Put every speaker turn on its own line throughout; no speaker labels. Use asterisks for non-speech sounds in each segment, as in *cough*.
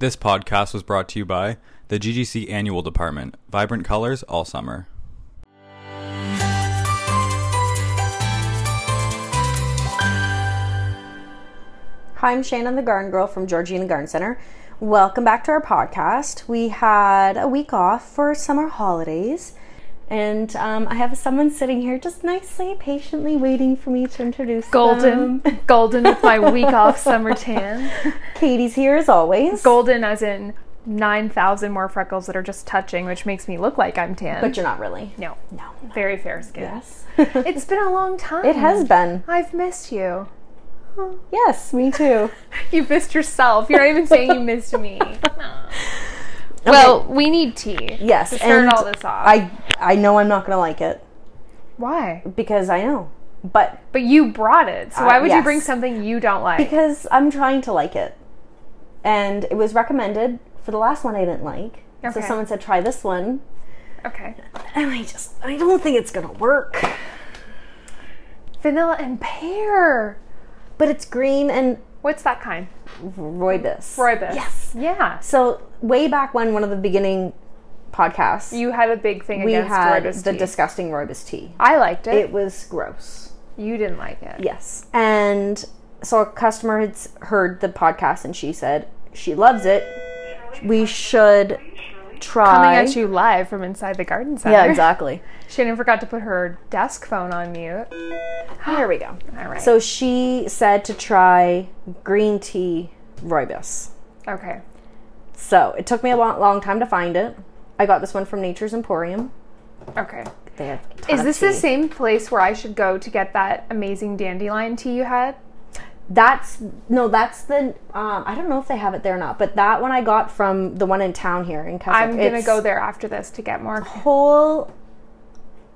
This podcast was brought to you by the GGC Annual Department. Vibrant colors all summer.
Hi, I'm Shannon, the Garden Girl from Georgina Garden Center. Welcome back to our podcast. We had a week off for summer holidays, and um, I have someone sitting here just nicely, patiently waiting for me to introduce
Golden,
them.
*laughs* golden with my
*laughs*
week off summer tan.
Katie's here as always.
Golden as in 9,000 more freckles that are just touching, which makes me look like I'm tan.
But you're not really.
no,
No.
very fair skin.
*laughs* Yes.
It's been a long time.
it has been.
I've missed you.
Yes, me
*laughs*
too.
You missed yourself. You're not even saying you missed
*laughs*
me. Well, we need tea.
Yes,
To start
and
all this off.
I I know I'm not gonna like it
why?
because I know, but
But you brought it. So
Uh,
why would
yes.
you bring something you don't like?
because I'm trying to like it. And it was recommended for the last one I didn't like. So
Okay.
someone said try this one.
okay.
And I just I don't think it's gonna work.
Vanilla and pear.
But it's green and
What's that kind?
rooibos.
Rooibos.
Yes.
Yeah.
So way back when one of the beginning podcasts
You had a big thing
we
against
had
rooibos
the
tea.
disgusting rooibos tea.
I liked it.
It was gross.
You didn't like it.
Yes. And so a customer had s- heard the podcast and she said she loves it. We should try.
Coming at you live from inside the garden center.
Yeah, exactly.
*laughs* Shannon forgot to put her desk phone on mute.
Here we go.
All right.
So she said to try green tea rooibos.
okay.
So it took me a long, long time to find it. I got this one from Nature's Emporium.
Okay.
They have. a ton
Is
of
this
tea.
the same place where I should go to get that amazing dandelion tea you had?
That's no. That's the. Um, I don't know if they have it there or not, but that one I got from the one in town here in Keswick.
I'm gonna
It's Oh,
go there after this to get more.
Whole.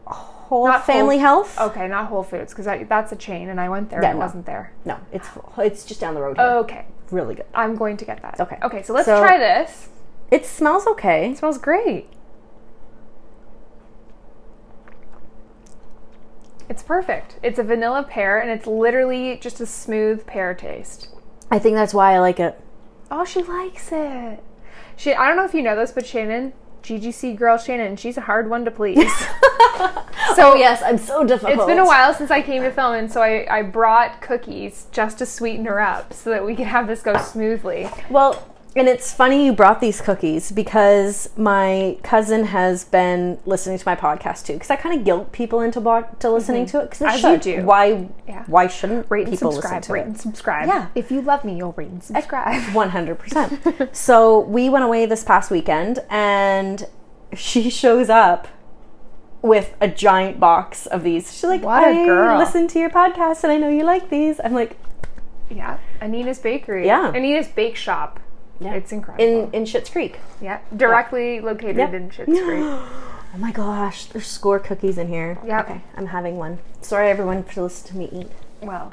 Whole
Not Whole- Oh.
family health.
Okay, not Whole Foods because that's a chain, and I went there
Yeah,
and it
no.
wasn't there.
No, it's it's just down the road. Here.
Okay,
really good.
I'm going to get that.
Okay.
Okay, so let's
So-
try this.
It smells okay.
It smells great. It's perfect. It's a vanilla pear, and it's literally just a smooth pear taste.
I think that's why I like it.
Oh, she likes it. She, I don't know if you know this, but Shannon, GGC girl Shannon, she's a hard one to *laughs* please.
Oh
so
yes, I'm so difficult.
It's been a while since I came to film, and so I, I brought cookies just to sweeten her up so that we could have this go smoothly.
Well, and it's funny you brought these cookies because my cousin has been listening to my podcast too. Because I kind of guilt people into bo- to listening to it. Because
Mm-hmm. As you do.
Why?
Yeah.
Why shouldn't
Rate and
people listen
subscribe.
to
rate
it? *laughs*
and subscribe.
Yeah.
If you love me, you'll rate and subscribe. *laughs*
One hundred percent. So we went away this past weekend, and she *laughs* shows up with a giant box of these. She's like,
What a
"I
girl."
listened to your podcast, and I know you like these." I'm like,
Yeah, Anina's Bakery.
Yeah.
Anina's Bake Shop.
Yeah.
It's incredible.
in in Schitt's Creek.
yeah, directly located
Yep. *gasps*
in Schitt's Creek.
Oh my gosh, there's score cookies in here.
Yeah.
Okay, I'm having one. Sorry everyone for listening to me eat.
Well,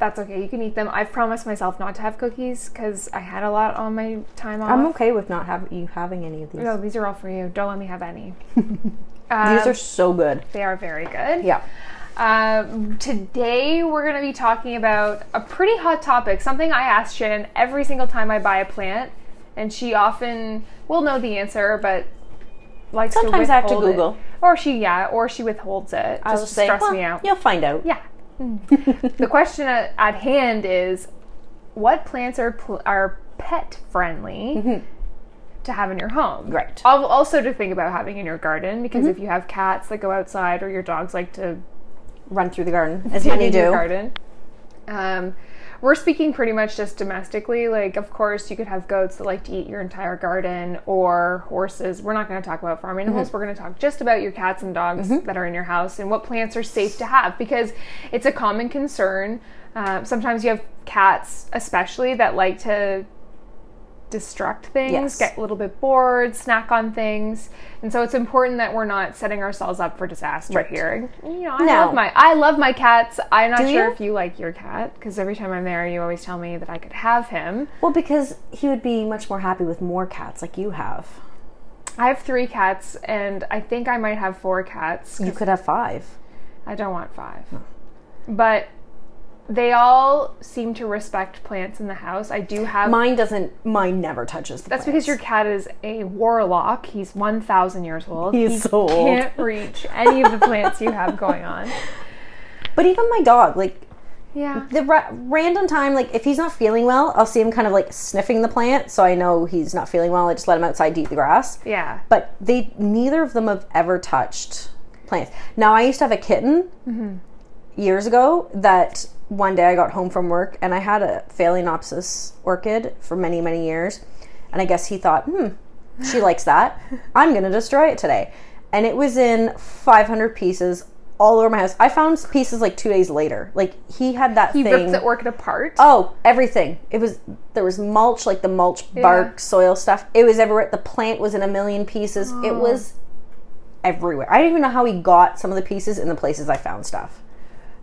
that's okay. You can eat them. I've promised myself not to have cookies because I had a lot on my time off.
I'm okay with not have you having any of these.
no, these are all for you. Don't let me have any.
These
Um,
are so good.
they are very good.
Yeah.
Um, today we're going to be talking about a pretty hot topic, something I ask Shannon every single time I buy a plant, and she often will know the answer, but likes
Sometimes
to
I have to
withhold it.
Google.
or she yeah, or she withholds it
I
just
was
to
saying,
stress
well,
me out.
You'll find out.
Yeah. Mm. the question at, at hand is, what plants are pl- are pet friendly? To have in your home,
Mm-hmm. Right. Mm-hmm.
Al- Also, to think about having in your garden because if you have cats that go outside or your dogs like to
Run through the
*laughs*
garden as many
in your
do.
garden. Um, we're speaking pretty much just domestically. Like, of course, you could have goats that like to eat your entire garden or horses. We're not going to talk about farm animals.
Mm-hmm.
We're going to talk just about your cats and dogs that are in your house and what plants are safe to have because it's a common concern. Um, sometimes you have cats, especially, that like to destruct things,
Yes.
get a little bit bored, snack on things. And so it's important that we're not setting ourselves up for disaster here. You know, I
No.
love my I love my cats. I'm not
Do
sure
you?
if you like your cat because every time I'm there, you always tell me that I could have him.
Well, because he would be much more happy with more cats like you have.
I have three cats, and I think I might have four cats.
You could have five.
I don't want five, but they all seem to respect plants in the house. I do have.
Mine doesn't. Mine never touches the.
that's because your cat is a warlock. He's 1,000 years old.
He's
he
so old.
can't reach any of the plants you have
*laughs*
going on.
But even my dog, like
Yeah.
the ra- random time, like if he's not feeling well, I'll see him kind of like sniffing the plant, so I know he's not feeling well. I just let him outside to eat the grass.
Yeah.
But they neither of them have ever touched plants. Now I used to have a kitten
Mm-hmm.
years ago that one day I got home from work and I had a phalaenopsis orchid for many many years, and I guess he thought, hmm, she likes
*laughs*
that. I'm gonna destroy it today, and it was in 500 pieces. All over my house. I found pieces like two days later. Like he had that
He
thing.
ripped the orchid apart.
Oh, everything. It was there was mulch, like the mulch, bark, soil stuff. It was everywhere. The plant was in a million pieces. It
Oh.
was everywhere. I don't even know how he got some of the pieces in the places I found stuff.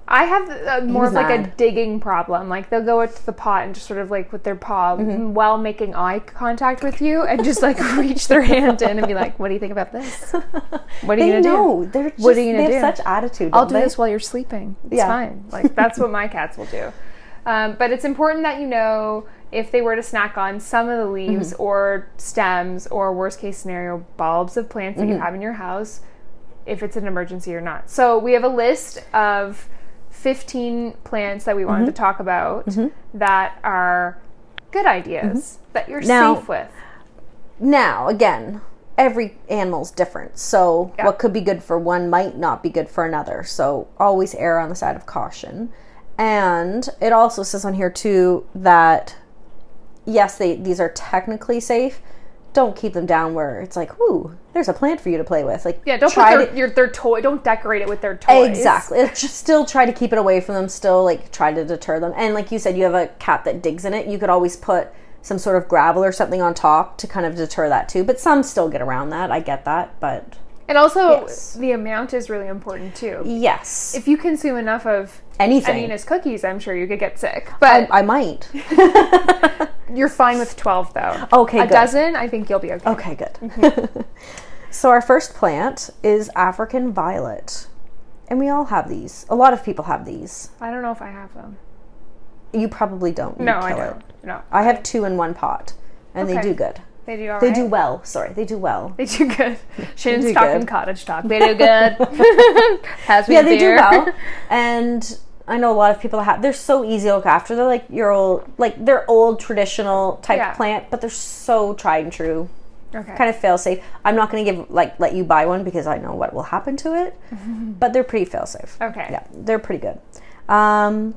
I have uh, more
was
of like a
mad.
digging problem. Like they'll go into the pot and just sort of like with their paw
Mm-hmm.
while making eye contact with you and just like *laughs* reach their hand in and be like, "What do you think
*laughs*
about this? What are
They
you gonna
know.
do?
They're just
What are you
they
gonna
have
do?
such attitude.
I'll
don't
do
they?
this while you're sleeping. It's
Yeah.
fine. Like that's what my cats
*laughs*
will do. Um, but it's important that you know if they were to snack on some of the
Mm-hmm.
leaves or stems or worst case scenario bulbs of plants that you
Mm-hmm.
have in your house, if it's an emergency or not. So we have a list of 15 plants that we wanted
Mm-hmm.
to talk about that are good ideas that you're
Mm-hmm. Now-
safe with.
Now, again, every animal's different. So, what could be good for one might not be good for another. So, always err on the side of caution. And it also says on here too that yes, they these are technically safe. Don't keep them down where it's like, "Ooh, there's a plant for you to play with." Like,
Yeah, don't put
try
their,
to-
your, their toy. Don't decorate it with their toys.
Exactly. It's just Still try to keep it away from them. Still like try to deter them. And like you said, you have a cat that digs in it. You could always put some sort of gravel or something on top to kind of deter that too. But some still get around that. I get that. But
And also,
Yes.
the amount is really important too.
yes,
if you consume enough of
anything. I,
Anina's cookies, I'm sure you could get sick. But
I might.
you're fine with 12, though.
Okay,
A
good.
dozen, I think you'll be okay.
Okay, good. *laughs* so our first plant is African violet, and we all have these. A lot of people have these.
I don't know if I have them.
You probably don't. You'd
No, I
kill it.
don't. No.
I have two in one pot, and they
Okay.
do good.
They do all
They
right.
do well. Sorry, they do well.
They do
*laughs*
good. Shouldn't
do
stop
good.
in cottage talk. They do good. *laughs* Has me
yeah,
a
they do
beer. *laughs*
well. And I know a lot of people have. They're so easy to look after. They're like your old, like they're old traditional type
Yeah.
plant, but they're so tried and true.
Okay.
Kind of fail safe. I'm not going to give like let you buy one because I know what will happen to
*laughs*
it. but they're pretty fail safe.
Okay.
Yeah, they're pretty good. Um,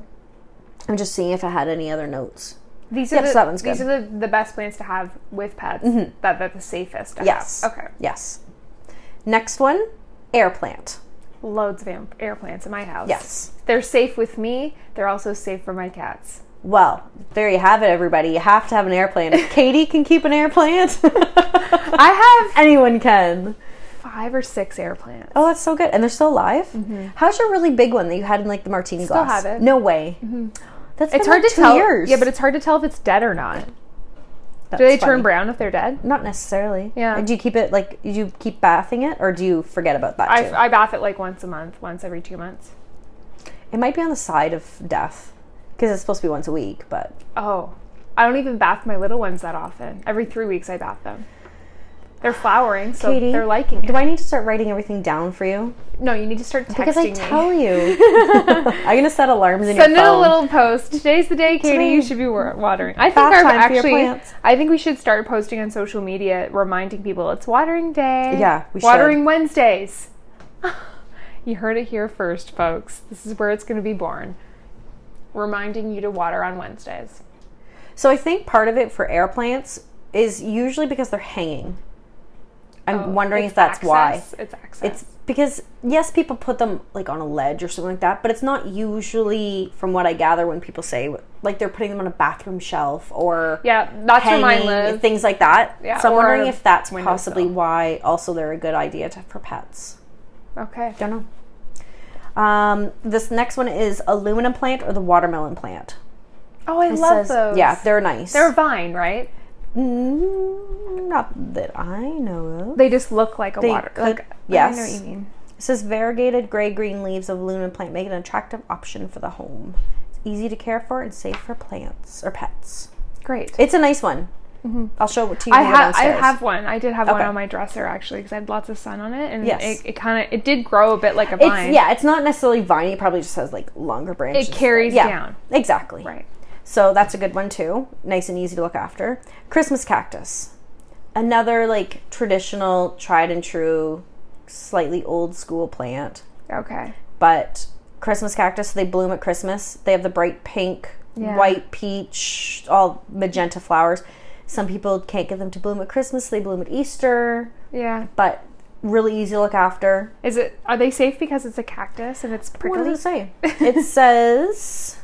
I'm just seeing if I had any other notes.
These are
Yep,
the,
so that one's
These
good. Mm-hmm.
are the, the best plants to have with pets. That they're the safest. To
Yes.
Have. Okay.
Yes. Next one, air plant.
Loads of am- air plants in my house.
Yes.
They're safe with me. They're also safe for my cats.
Well, there you have it, everybody. You have to have an air plant. If Katie can keep an air *laughs* plant.
I have
Anyone can.
five or six air plants.
Oh, that's so good. And they're still alive. How's your really big one that you had in like the martini
Mm-hmm. Still
glass?
have it. Mm-hmm.
No way. That's
It's
been,
hard
like,
to
two
tell.
Years.
Yeah, but it's hard to tell if it's dead or not.
That's
Do they
funny.
turn brown if they're dead?
Not necessarily.
Yeah.
Do you keep it like? Do you keep bathing it, or do you forget about that
I,
too?
I bath it like once a month, once every two months.
it might be on the side of death because it's supposed to be once a week. But
Oh, I don't even bath my little ones that often. Every three weeks, I bath them. They're flowering, so
Katie,
they're liking it.
do I need to start writing everything down for you?
no, you need to start texting
Because I tell
me.
you,
*laughs*
*laughs* I'm gonna set alarms in
Send
your
in a
phone.
little post. Today's the day, Katie.
Today-
You should be wa- watering. I think
Bath
our
time for your
actually.
plants.
I think we should start posting on social media, reminding people it's watering day.
Yeah, we should.
watering Wednesdays. *laughs* you heard it here first, folks. This is where it's going to be born. Reminding you to water on Wednesdays.
So I think part of it for air plants is usually because they're hanging. I'm
Oh,
wondering
it's
if that's why.
access. It's access.
It's because yes, people put them like on a ledge or something like that, but it's not usually, from what I gather, when people say like they're putting them on a bathroom shelf or
yeah, that's where mine
hanging
lives.
things like that.
Yeah,
so I'm
or
wondering if that's
windowsill.
possibly why also they're a good idea to, for pets.
okay.
Don't know. Um, this next one is aluminum plant or the watermelon plant.
Oh, I
It
love
says-
those.
Yeah, they're nice.
they're vine, right?
Mm, not that I know of.
They just look like a
They
water.
could-
like, I know what
yes.
you mean.
It says variegated gray green leaves of aluminum plant make an attractive option for the home. It's easy to care for, and safe for plants or pets.
Great.
It's a nice one. I'll show it to you.
Mm-hmm. I
when we're
have I
downstairs.
have one. I did have one
Okay.
on my dresser actually because I had lots of sun on it, and
Yes.
it, it kind of it did grow a bit like a
It's
vine.
yeah. It's not necessarily viney. It probably just has like longer branches.
carries
yeah,
down.
Exactly.
Right.
So that's a good one too. Nice and easy to look after. Christmas cactus. Another like traditional, tried and true, slightly old school plant.
Okay.
But Christmas cactus, they bloom at Christmas. They have the bright pink,
Yeah.
white, peach, all magenta flowers. Some people can't get them to bloom at Christmas, they bloom at Easter,
Yeah.
but really easy to look after.
Is it? Are they safe because it's a cactus and it's
What
prickly?
does it say? It *laughs* says.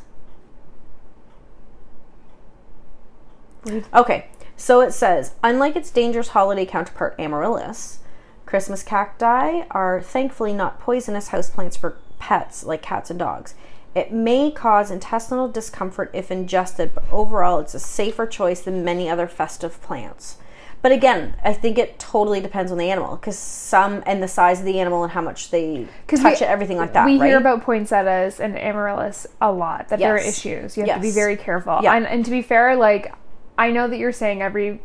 Read.
Okay, so it says unlike its dangerous holiday counterpart amaryllis, Christmas cacti are thankfully not poisonous houseplants for pets like cats and dogs. It may cause intestinal discomfort if ingested, but overall, it's a safer choice than many other festive plants. But again, I think it totally depends on the animal because some and the size of the animal and how much they
'Cause
touch
we-
it, everything like that.
we
right?
hear about poinsettias and amaryllis a lot that there are
Yes.
issues. You have to be
Yes.
very careful.
Yeah.
And, and to be fair, like I know that you're saying every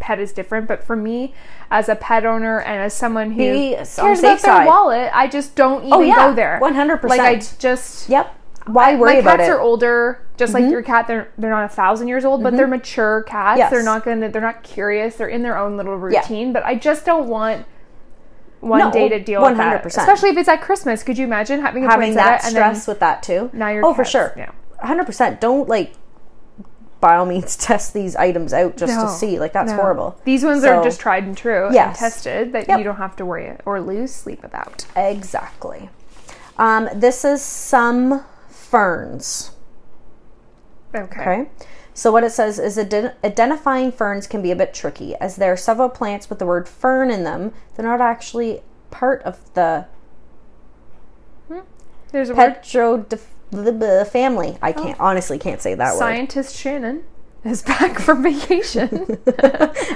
pet is different, but for me, as a pet owner and as someone who
Be on
cares
the
about
safe
their
side. Oh,
wallet, I just don't even
yeah.
go there.
100%.
Like I just
Yep. Why worry
my
about
cats
it? Mm-hmm.
are older, just like your cat. They're they're not a thousand years old, but they're mature cats.
Yes.
They're not gonna. They're not curious. They're in their own little routine. But I just don't want one
No,
day to deal with that.
100%.
Especially if it's at Christmas. Could you imagine having a
having
poinsettia
that
and then-
stress with that too.
Now your
oh for
cats,
sure,
yeah.
hundred percent. Don't like by all means *laughs* test these items out just
No,
to see. Like that's
no.
horrible.
These ones
So-
are just tried and true and
Yes.
tested that
Yep.
you don't have to worry or lose sleep about.
exactly. Um, this is some ferns.
Okay.
Okay. So what it says is ident- identifying ferns can be a bit tricky, as there are several plants with the word fern in them. They're not actually part of the
There's a word.
petro family.
Oh.
I can't honestly can't say that word.
Scientist Shannon is *laughs* back
*laughs*
from vacation.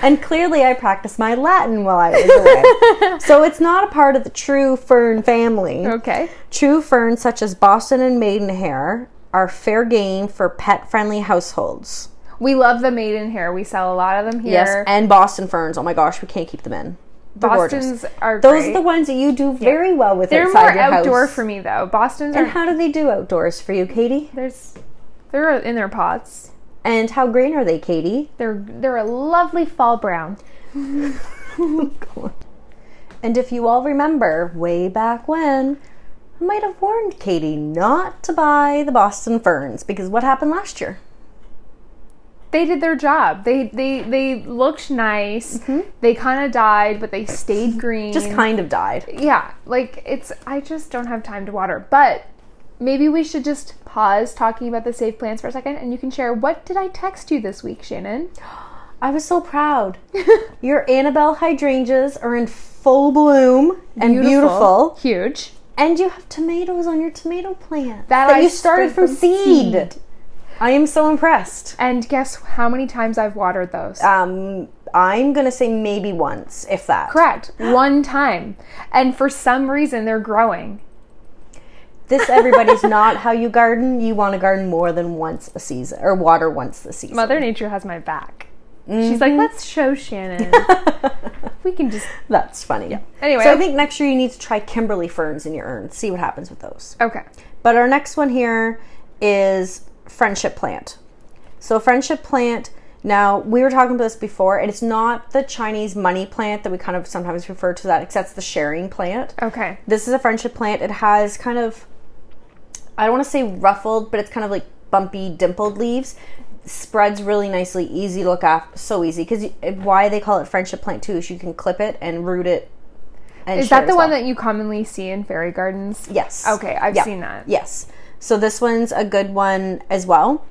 and clearly I practiced my Latin while I was
*laughs*
away. so it's not a part of the true fern family.
okay.
True ferns such as Boston and Maidenhair are fair game for pet-friendly households.
We love the maiden hair. We sell a lot of them here.
and Boston ferns. Oh my gosh, we can't keep them in. They're gorgeous.
Boston's are
Those
great.
are the ones that you do very well with
They're
inside
more
your house.
outdoor for me though. Boston's
And
are
how do they do outdoors for you, Katie?
there's they're in their pots.
And how green are they, Katie?
They're they're a lovely fall brown.
*laughs* And if you all remember, way back when, I might have warned Katie not to buy the Boston ferns because what happened last year?
They did their job. They they they looked nice. They kind of died, but they stayed green.
Mm-hmm. Just kind of died.
yeah, like it's I just don't have time to water. But maybe we should just pause talking about the safe plants for a second and you can share what did I text you this week, Shannon?
I was so proud. *laughs* Your Annabelle hydrangeas are in full bloom and beautiful.
Huge.
And you have tomatoes on your tomato plant
That I
you started from,
started from
seed.
seed.
I am so impressed.
And guess how many times I've watered those?
Um, I'm going to say maybe once, if that.
Correct. One time. And for some reason, they're growing.
This, *laughs* everybody's not how you garden. You want to garden more than once a season or water once a season.
Mother Nature has my back.
Mm-hmm.
She's like, let's
*laughs*
show Shannon. we can just.
That's funny.
Anyway.
so I think next year you need to try Kimberly ferns in your urn. See what happens with those.
Okay.
But our next one here is friendship plant. So friendship plant. Now we were talking about this before, and it's not the Chinese money plant that we kind of sometimes refer to that, except it's the sharing plant.
Okay.
This is a friendship plant. It has kind of, I don't want to say ruffled, but it's kind of like bumpy, dimpled leaves. Spreads really nicely, easy to look after, so easy. Because why they call it friendship plant too is you can clip it and root it. And
Is that the one that you commonly see in fairy gardens?
Yes.
Okay, I've
Yeah.
seen that.
Yes. So this one's a good one as well.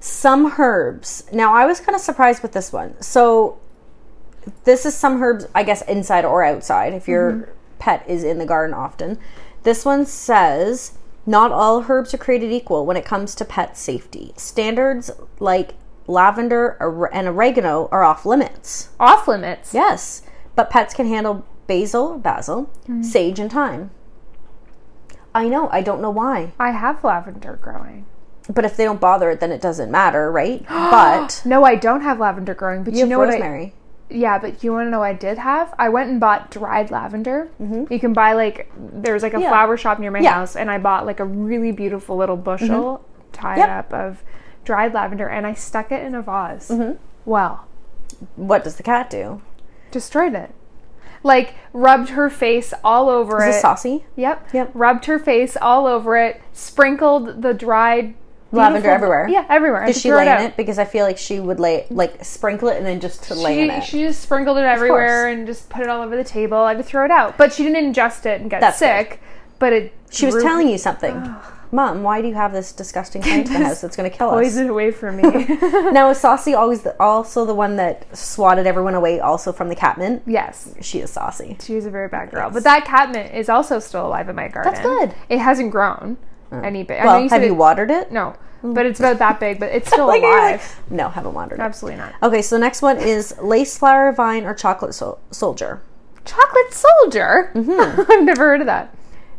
Some herbs. Now I was kind of surprised with this one. So this is some herbs, I guess, inside or outside if your
Mm-hmm.
pet is in the garden often. This one says not all herbs are created equal when it comes to pet safety. Standards like lavender or- and oregano are off limits.
Off limits.
Yes, but pets can handle basil, basil,
Hmm.
sage, and thyme. I know. I don't know why.
I have lavender growing.
but if they don't bother it, then it doesn't matter,
*gasps*
right? but
No, I don't have lavender growing, but you,
you have
know what? I,
rosemary.
yeah, but you want to know what I did have? I went and bought dried lavender. You can buy like there's like a
Mm-hmm. Yeah.
flower shop near my
Yeah. Mm-hmm.
house, and I bought like a really beautiful little bushel tied
Yep.
up of dried lavender, and I stuck it in a vase.
Mm-hmm.
Well,
what does the cat do?
destroyed it. Like rubbed her face all over
Is
it.
this saucy?
Yep.
Yep.
Rubbed her face all over it. Sprinkled the dried
Lavender
beautiful-
everywhere.
Yeah, everywhere. I
Did
just
she
threw
lay
out.
in it? Because I feel like she would lay like sprinkle it and then just to lay in
She,
it.
she just sprinkled it everywhere and just put it all over the table. I had to throw it out, but she didn't ingest it and get
That's
sick. But it
she was
drew *laughs*
telling you something. Mom, why do you have this disgusting plant in the house that's going to kill us?
poison away
*laughs*
from me.
Now, is Saucy always the, also the one that swatted everyone away, also from the catmint?
yes,
She is Saucy.
she was a very bad girl. But that catmint is also still alive in my garden.
good. Oh.
It hasn't grown any bit. I know
Well,
said
have you
it-
watered it?
No, but it's about that big. But
*laughs*
it's still
Like, you're like,
alive.
no, haven't watered it.
Absolutely not.
Okay, so the next one is lace flower vine or chocolate sol- soldier.
Chocolate soldier.
Mm-hmm.
*laughs* I've never heard of that.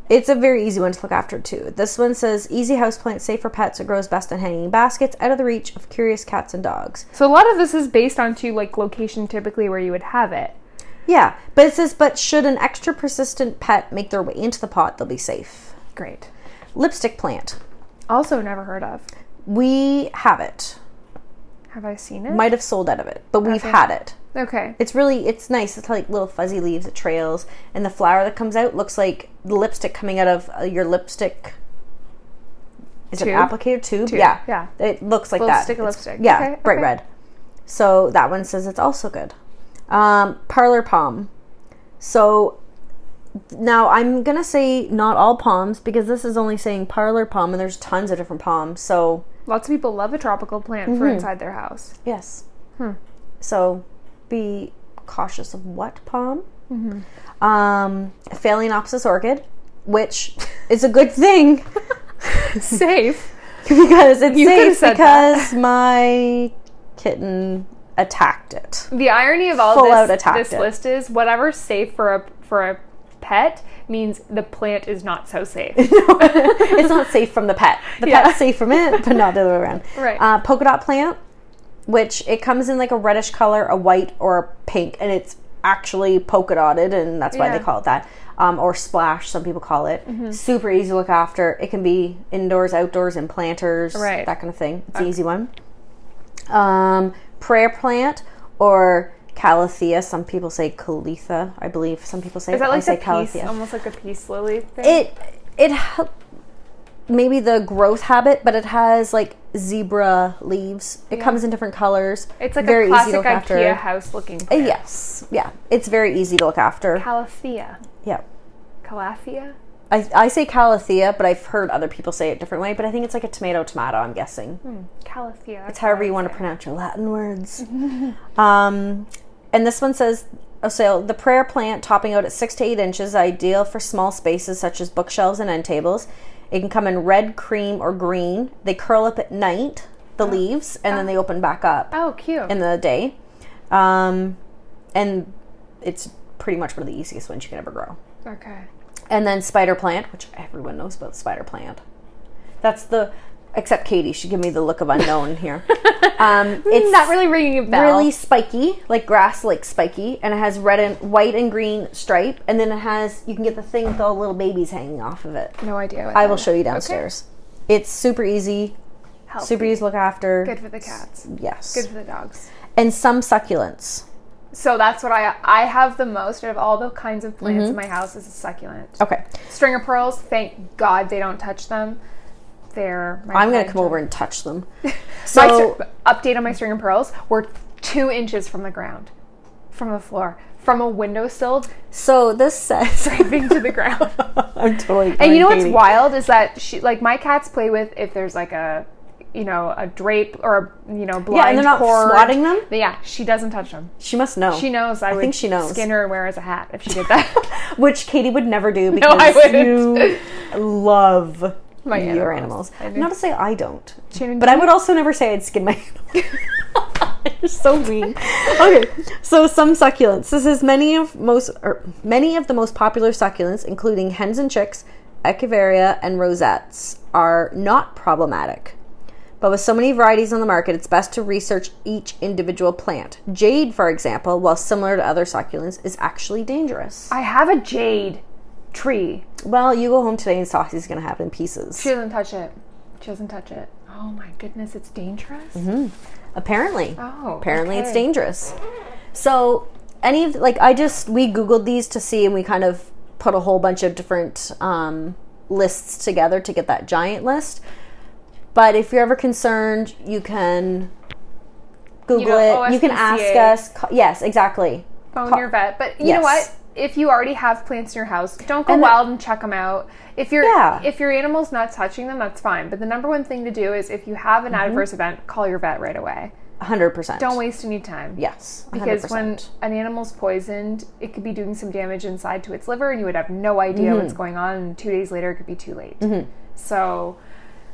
It's a very easy one to look after too. This one says easy houseplant, safe for pets. It grows best in hanging baskets, out of the reach of curious cats and dogs.
So a lot of this is based on to like location typically where you would have it.
Yeah, but it says, but should an extra persistent pet make their way into the pot, they'll be safe.
Great.
Lipstick plant.
Also never heard of.
We have it.
Have I seen it?
Might have sold out of it, but we've had it.
okay.
It's really it's nice. It's like little fuzzy leaves, it trails, and the flower that comes out looks like the lipstick coming out of uh, your lipstick. Is it
Tube?
an applicator tube?
Tube,
Yeah,
yeah.
It looks like
Little
that.
stick of
It's-
lipstick.
Yeah,
Okay,
bright
okay.
red. So that one says it's also good. Um, parlor palm. So now I'm gonna say not all palms because this is only saying parlor palm, and there's tons of different palms. So
Lots of people love a tropical plant for
Mm-hmm.
inside
*laughs*
their house.
Yes.
Hmm.
So be cautious of what palm.
Mm-hmm.
Um, Phalaenopsis orchid, which is a good
*laughs*
thing
Safe.
because it's
You could've
safe
said
because my kitten attacked it.
The irony of all
Full out
this,
attacked
this
it.
list is whatever's safe for a for a pet means the plant is not so safe.
it's not safe from the pet. The
Yeah.
pet's safe from it, but not the other way around.
Right.
Uh, polka dot plant, which it comes in like a reddish color, a white or a pink, and it's actually polka dotted, and that's why
Yeah. Mm-hmm.
they call it that. Um, or splash, some people call it. Super easy to look after. It can be indoors, outdoors, in planters,
Right.
that kind of thing. It's an easy one. Um, prayer plant or calathea. Some people say calitha, I believe. Some people say *laughs*
Is that
I
like
say
the Oh peace,
calathea
almost like a peace lily thing?
it it ha- maybe the growth habit, but it has like zebra leaves. It comes in different colors.
it's like
very
a
easy to
classic
look
IKEA
after.
house looking
Uh,
plant.
Yes, yeah, it's very easy to look after.
Calathea.
Yeah,
Calathea?
I, I say calathea, but I've heard other people say it different way. But I think it's like a tomato tomato. I'm guessing.
Calathea.
It's however you want to pronounce your Latin words. *laughs* um, and this one says, oh, so the prayer plant topping out at six to eight inches, ideal for small spaces such as bookshelves and end tables. It can come in red, cream, or green. They curl up at night, the leaves, and then they open back up
Oh, cute.
in the day. Um, and it's pretty much one of the easiest ones you can ever grow.
okay.
And then spider plant, which everyone knows about spider plant. That's the, except Katie, she gave me the look of
*laughs*
unknown here. Um, it's
It's Hmm, not really ringing a bell.
really spiky, like grass, like spiky, and it has red and white and green stripe, and then it has you can get the thing with all the little babies hanging off of it.
no idea. What
I
that
will
is.
show you
Okay.
downstairs. It's super easy,
Healthy.
super easy to look after.
Good for the cats.
Yes,
Good for the dogs.
and some succulents.
So that's what I I have the most out of all the kinds of plants
Mm-hmm.
in my house is a succulent.
Okay,
Stringer pearls, thank God they don't touch them. They're my
I'm gonna
pride and
come over
joy.
and touch them.
My
So
str- update on my stringer pearls. We're two inches from the ground, from the floor, from a *laughs* windowsill
so this says *laughs*
driving to the ground.
I'm totally.
And
going
you know what's
Katie.
wild is that she like my cats play with if there's like a you know a drape or a, you know blind
Yeah, and they're not
cord.
swatting them.
Yeah, she doesn't touch them.
She must know.
She knows I, would
think she knows.
skin her and wear her as a hat if she did that.
which Katie would never
*laughs*
do because
I
you love
My
your
animals.
animals.
I do.
Not to say I don't,
Shannon,
but
do
I would also never say I'd skin my *laughs* animals. You're so mean. *laughs* Okay, so some succulents. This is many of most or many of the most popular succulents, including hens and chicks, echeveria, and rosettes, are not problematic. But with so many varieties on the market, it's best to research each individual plant. Jade, for example, while similar to other succulents, is actually dangerous.
I have a jade tree.
Well, you go home today and Saucy's going to have it in pieces.
She doesn't touch it. She doesn't touch it. Oh my goodness, it's dangerous.
Apparently.
Oh,
Apparently it's
okay.
dangerous. So, any of, like, I just, we Googled these to see and we kind of put a whole bunch of different um, lists together to get that giant list. But if you're ever concerned, you can Google
go
it. You can ask
OSPCA.
us. ca- Yes, exactly.
Phone
Ca-
your vet. But you know
Yes.
what? If you already have plants in your house, don't go
And the-
wild and check them out. If your
Yeah.
if your animal's not touching them, that's fine. But the number one thing to do is if you have an adverse event, call your vet right away.
100%.
Don't waste any time.
Yes. 100%.
Because when an animal's poisoned, it could be doing some damage inside to its liver, and you would have no idea what's going on. And two days later, it could be too late. So,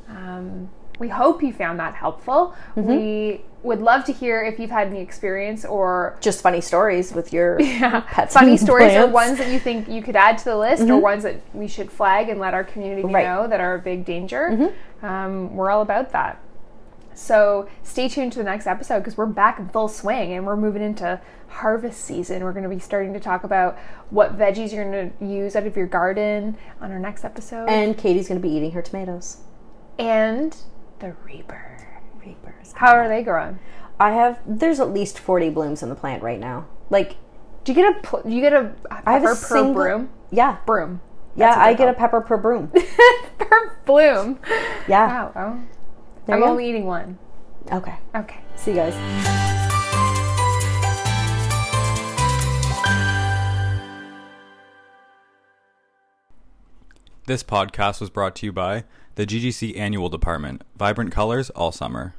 um, we hope you found that helpful. We would love to hear if you've had any experience or
Just funny stories with
*laughs*
your pets.
funny
and
stories
*laughs* plants.
or
Mm-hmm.
ones that you think you could add to the list or ones that we should flag and let our community
Right. Mm-hmm.
know that are a big danger. Um, we're all about that. So stay tuned to the next episode because we're back in full swing and we're moving into harvest season. We're going to be starting to talk about what veggies you're going to use out of your garden on our next episode and,
And Katie's going to be eating her tomatoes.
the reaper.
Reapers.
How are they growing?
I have, there's at least 40 blooms in the plant right now. Like,
Do you get a pl- do you get a pepper
have a
per
single-
broom?
yeah.
*laughs* Broom.
Yeah,
what
I
they're
get a pepper per
*laughs*
broom.
per
*laughs*
bloom.
Yeah.
Wow. Oh.
There
I'm
you go.
only eating one.
Okay.
Okay.
See you guys.
This podcast was brought to you by the GGC Annual Department. Vibrant colors all summer.